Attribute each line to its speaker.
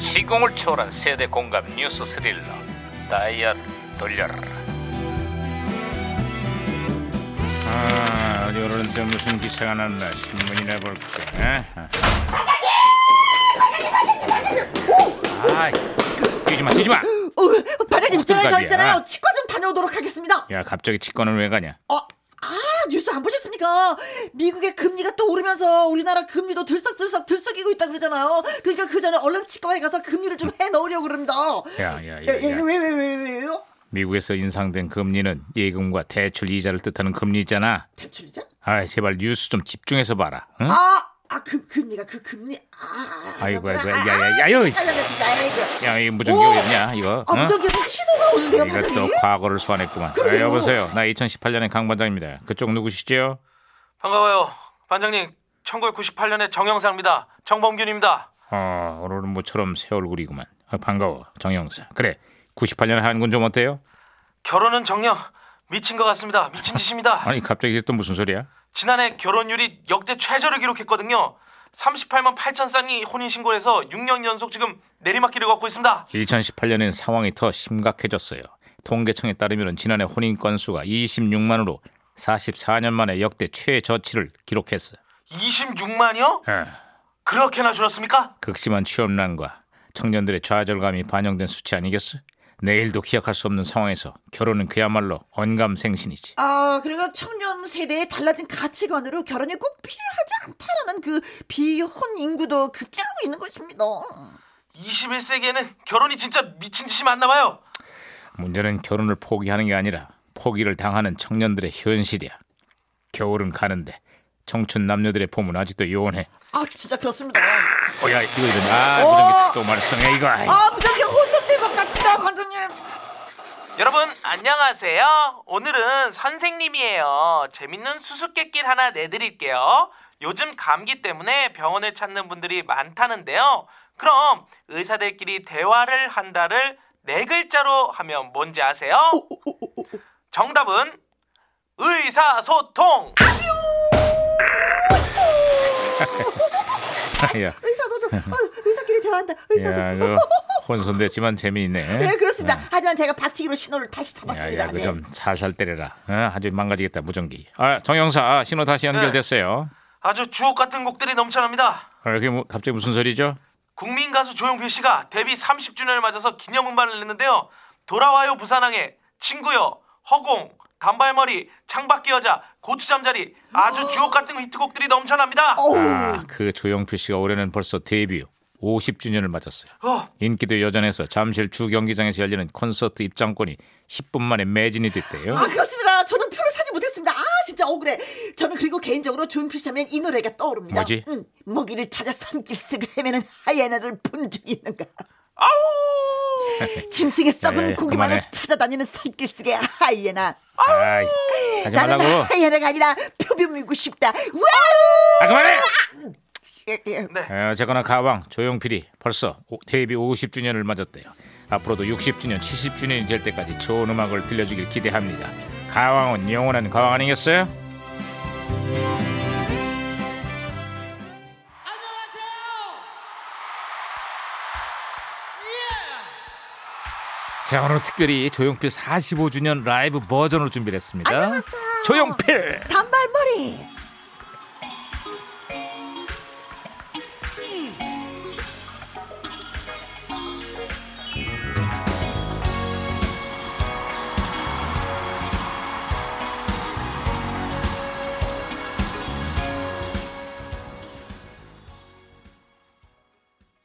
Speaker 1: 시공을 초월한 세대 공감 뉴스 스릴러 다이얼 돌려라 아 어디 오늘은 또 무슨 기사가 났나 신문이나 볼까 아, 반장님! 반장님! 반장님! 뛰지마 뛰지마
Speaker 2: 어, 반장님
Speaker 1: 깜짝이야.
Speaker 2: 전화를 잘했잖아요. 치과 좀 다녀오도록 하겠습니다.
Speaker 1: 야 갑자기 치과는 왜 가냐
Speaker 2: 어, 아 뉴스 안 보셨습니까? 미국의 금리가 또 오르면서 우리나라 금리도 들썩들썩 들썩이고 있다 그러잖아요. 그러니까 그 전에 얼른 치과에 가서 금리를 좀 해 넣으려고 그럽니다.
Speaker 1: 야야야
Speaker 2: 예, 예, 왜, 왜, 왜, 왜요?
Speaker 1: 미국에서 인상된 금리는 예금과 대출 이자를 뜻하는 금리잖아
Speaker 2: 대출이자?
Speaker 1: 아 제발 뉴스 좀 집중해서 봐라 응?
Speaker 2: 아, 아, 그 금리가 그 금리. 아,
Speaker 1: 아이고, 아이고,
Speaker 2: 아,
Speaker 1: 야, 야, 야, 야,
Speaker 2: 아,
Speaker 1: 이-
Speaker 2: 살려내, 진짜. 아이고.
Speaker 1: 야 이거 무전기
Speaker 2: 오!
Speaker 1: 어딨냐 이거
Speaker 2: 아,
Speaker 1: 응?
Speaker 2: 무전기에서 신호가 오는데요,
Speaker 1: 이것도
Speaker 2: 반장님?
Speaker 1: 과거를 소환했구만. 아,
Speaker 2: 그러니까 그러게요.
Speaker 1: 여보세요. 나 2018년의 강 반장입니다. 그쪽 누구시죠?
Speaker 3: 반가워요. 반장님, 1998년의 정영사입니다. 정범균입니다.
Speaker 1: 어, 오늘은 모처럼 새 얼굴이구만. 아, 반가워, 정영사. 그래, 98년 한군 좀 어때요?
Speaker 3: 결혼은 정녕 미친 것 같습니다. 미친 짓입니다.
Speaker 1: 아니 갑자기 이게 또 무슨 소리야?
Speaker 3: 지난해 결혼율이 역대 최저를 기록했거든요. 38만 8천 쌍이 혼인신고해서 6년 연속 지금 내리막길을 걷고 있습니다.
Speaker 1: 2018년엔 상황이 더 심각해졌어요. 통계청에 따르면 지난해 혼인 건수가 26만으로 44년 만에 역대 최저치를 기록했어.
Speaker 3: 26만이요?
Speaker 1: 아,
Speaker 3: 그렇게나 줄었습니까?
Speaker 1: 극심한 취업난과 청년들의 좌절감이 반영된 수치 아니겠어? 내일도 기약할 수 없는 상황에서 결혼은 그야말로 언감생신이지.
Speaker 2: 아, 그리고 청년 세대의 달라진 가치관으로 결혼이 꼭 필요하지 않다라는 그 비혼 인구도 급증하고 있는 것입니다.
Speaker 3: 21세기에는 결혼이 진짜 미친 짓이 많나 봐요.
Speaker 1: 문제는 결혼을 포기하는 게 아니라 포기를 당하는 청년들의 현실이야. 겨울은 가는데 청춘 남녀들의 봄은 아직도 요원해.
Speaker 2: 아, 진짜 그렇습니다.
Speaker 1: 어야 이거 이런 아
Speaker 2: 어!
Speaker 1: 무전기 또 말썽해 이거. 아이.
Speaker 2: 아, 부장님 혼선된 것 같습니다, 반장님.
Speaker 3: 여러분 안녕하세요. 오늘은 선생님이에요. 재밌는 수수께끼 하나 내드릴게요. 요즘 감기 때문에 병원을 찾는 분들이 많다는데요. 그럼 의사들끼리 대화를 한다를 네 글자로 하면 뭔지 아세요? 정답은 의사소통.
Speaker 1: 야,
Speaker 2: 의사도, 어, 의사끼리 대화한다. 의사도.
Speaker 1: 야 그거 혼선됐지만 예, 재미있네.
Speaker 2: 네, 그렇습니다. 하지만 제가 박치기로 신호를 다시 잡았습니다.
Speaker 1: 야야
Speaker 2: 네.
Speaker 1: 그좀 살살 때려라. 어, 아주 망가지겠다 무전기. 아 정영사 아, 신호 다시 연결됐어요.
Speaker 3: 아주 주옥 같은 곡들이 넘쳐납니다.
Speaker 1: 아, 이게 뭐, 갑자기 무슨 소리죠?
Speaker 3: 국민 가수 조용필 씨가 데뷔 30주년을 맞아서 기념 음반을 냈는데요. 돌아와요 부산항에 친구요 허공 단발머리 창밖의 여자 고추잠자리 아주 주옥 같은 히트곡들이 넘쳐납니다.
Speaker 2: 어우,
Speaker 1: 아그 조영필 씨가 올해는 벌써 데뷔 50주년을 맞았어요.
Speaker 3: 어,
Speaker 1: 인기도 여전해서 잠실 주 경기장에서 열리는 콘서트 입장권이 10분 만에 매진이 됐대요.
Speaker 2: 아, 그렇습니다. 저는 표를 사지 못했습니다. 아, 진짜 억울해. 저는 그리고 개인적으로 조용필 씨하면 이 노래가 떠오릅니다.
Speaker 1: 뭐지?
Speaker 2: 응, 먹이를 찾아 산길슭을 헤매는 하이에나를 본 적이 있는가.
Speaker 3: 아우
Speaker 2: 짐승의
Speaker 1: 야, 야,
Speaker 2: 썩은
Speaker 1: 예,
Speaker 2: 고기만을
Speaker 1: 그만해.
Speaker 2: 찾아다니는 산길속의 하이에나
Speaker 1: 아이, 하지
Speaker 2: 나는
Speaker 1: 말라고.
Speaker 2: 하이에나가 아니라 표범 물고 싶다 와우
Speaker 1: 아 그만해.
Speaker 2: 예, 예.
Speaker 1: 에, 어쨌거나 가왕 조용필이 벌써 오- 데뷔 50주년을 맞았대요. 앞으로도 60주년, 70주년이 될 때까지 좋은 음악을 들려주길 기대합니다. 가왕은 영원한 가왕 아니겠어요? 자 오늘 특별히 조용필 45주년 라이브 버전으로 준비했습니다.
Speaker 2: 안녕하세요.
Speaker 1: 조용필.
Speaker 2: 단발머리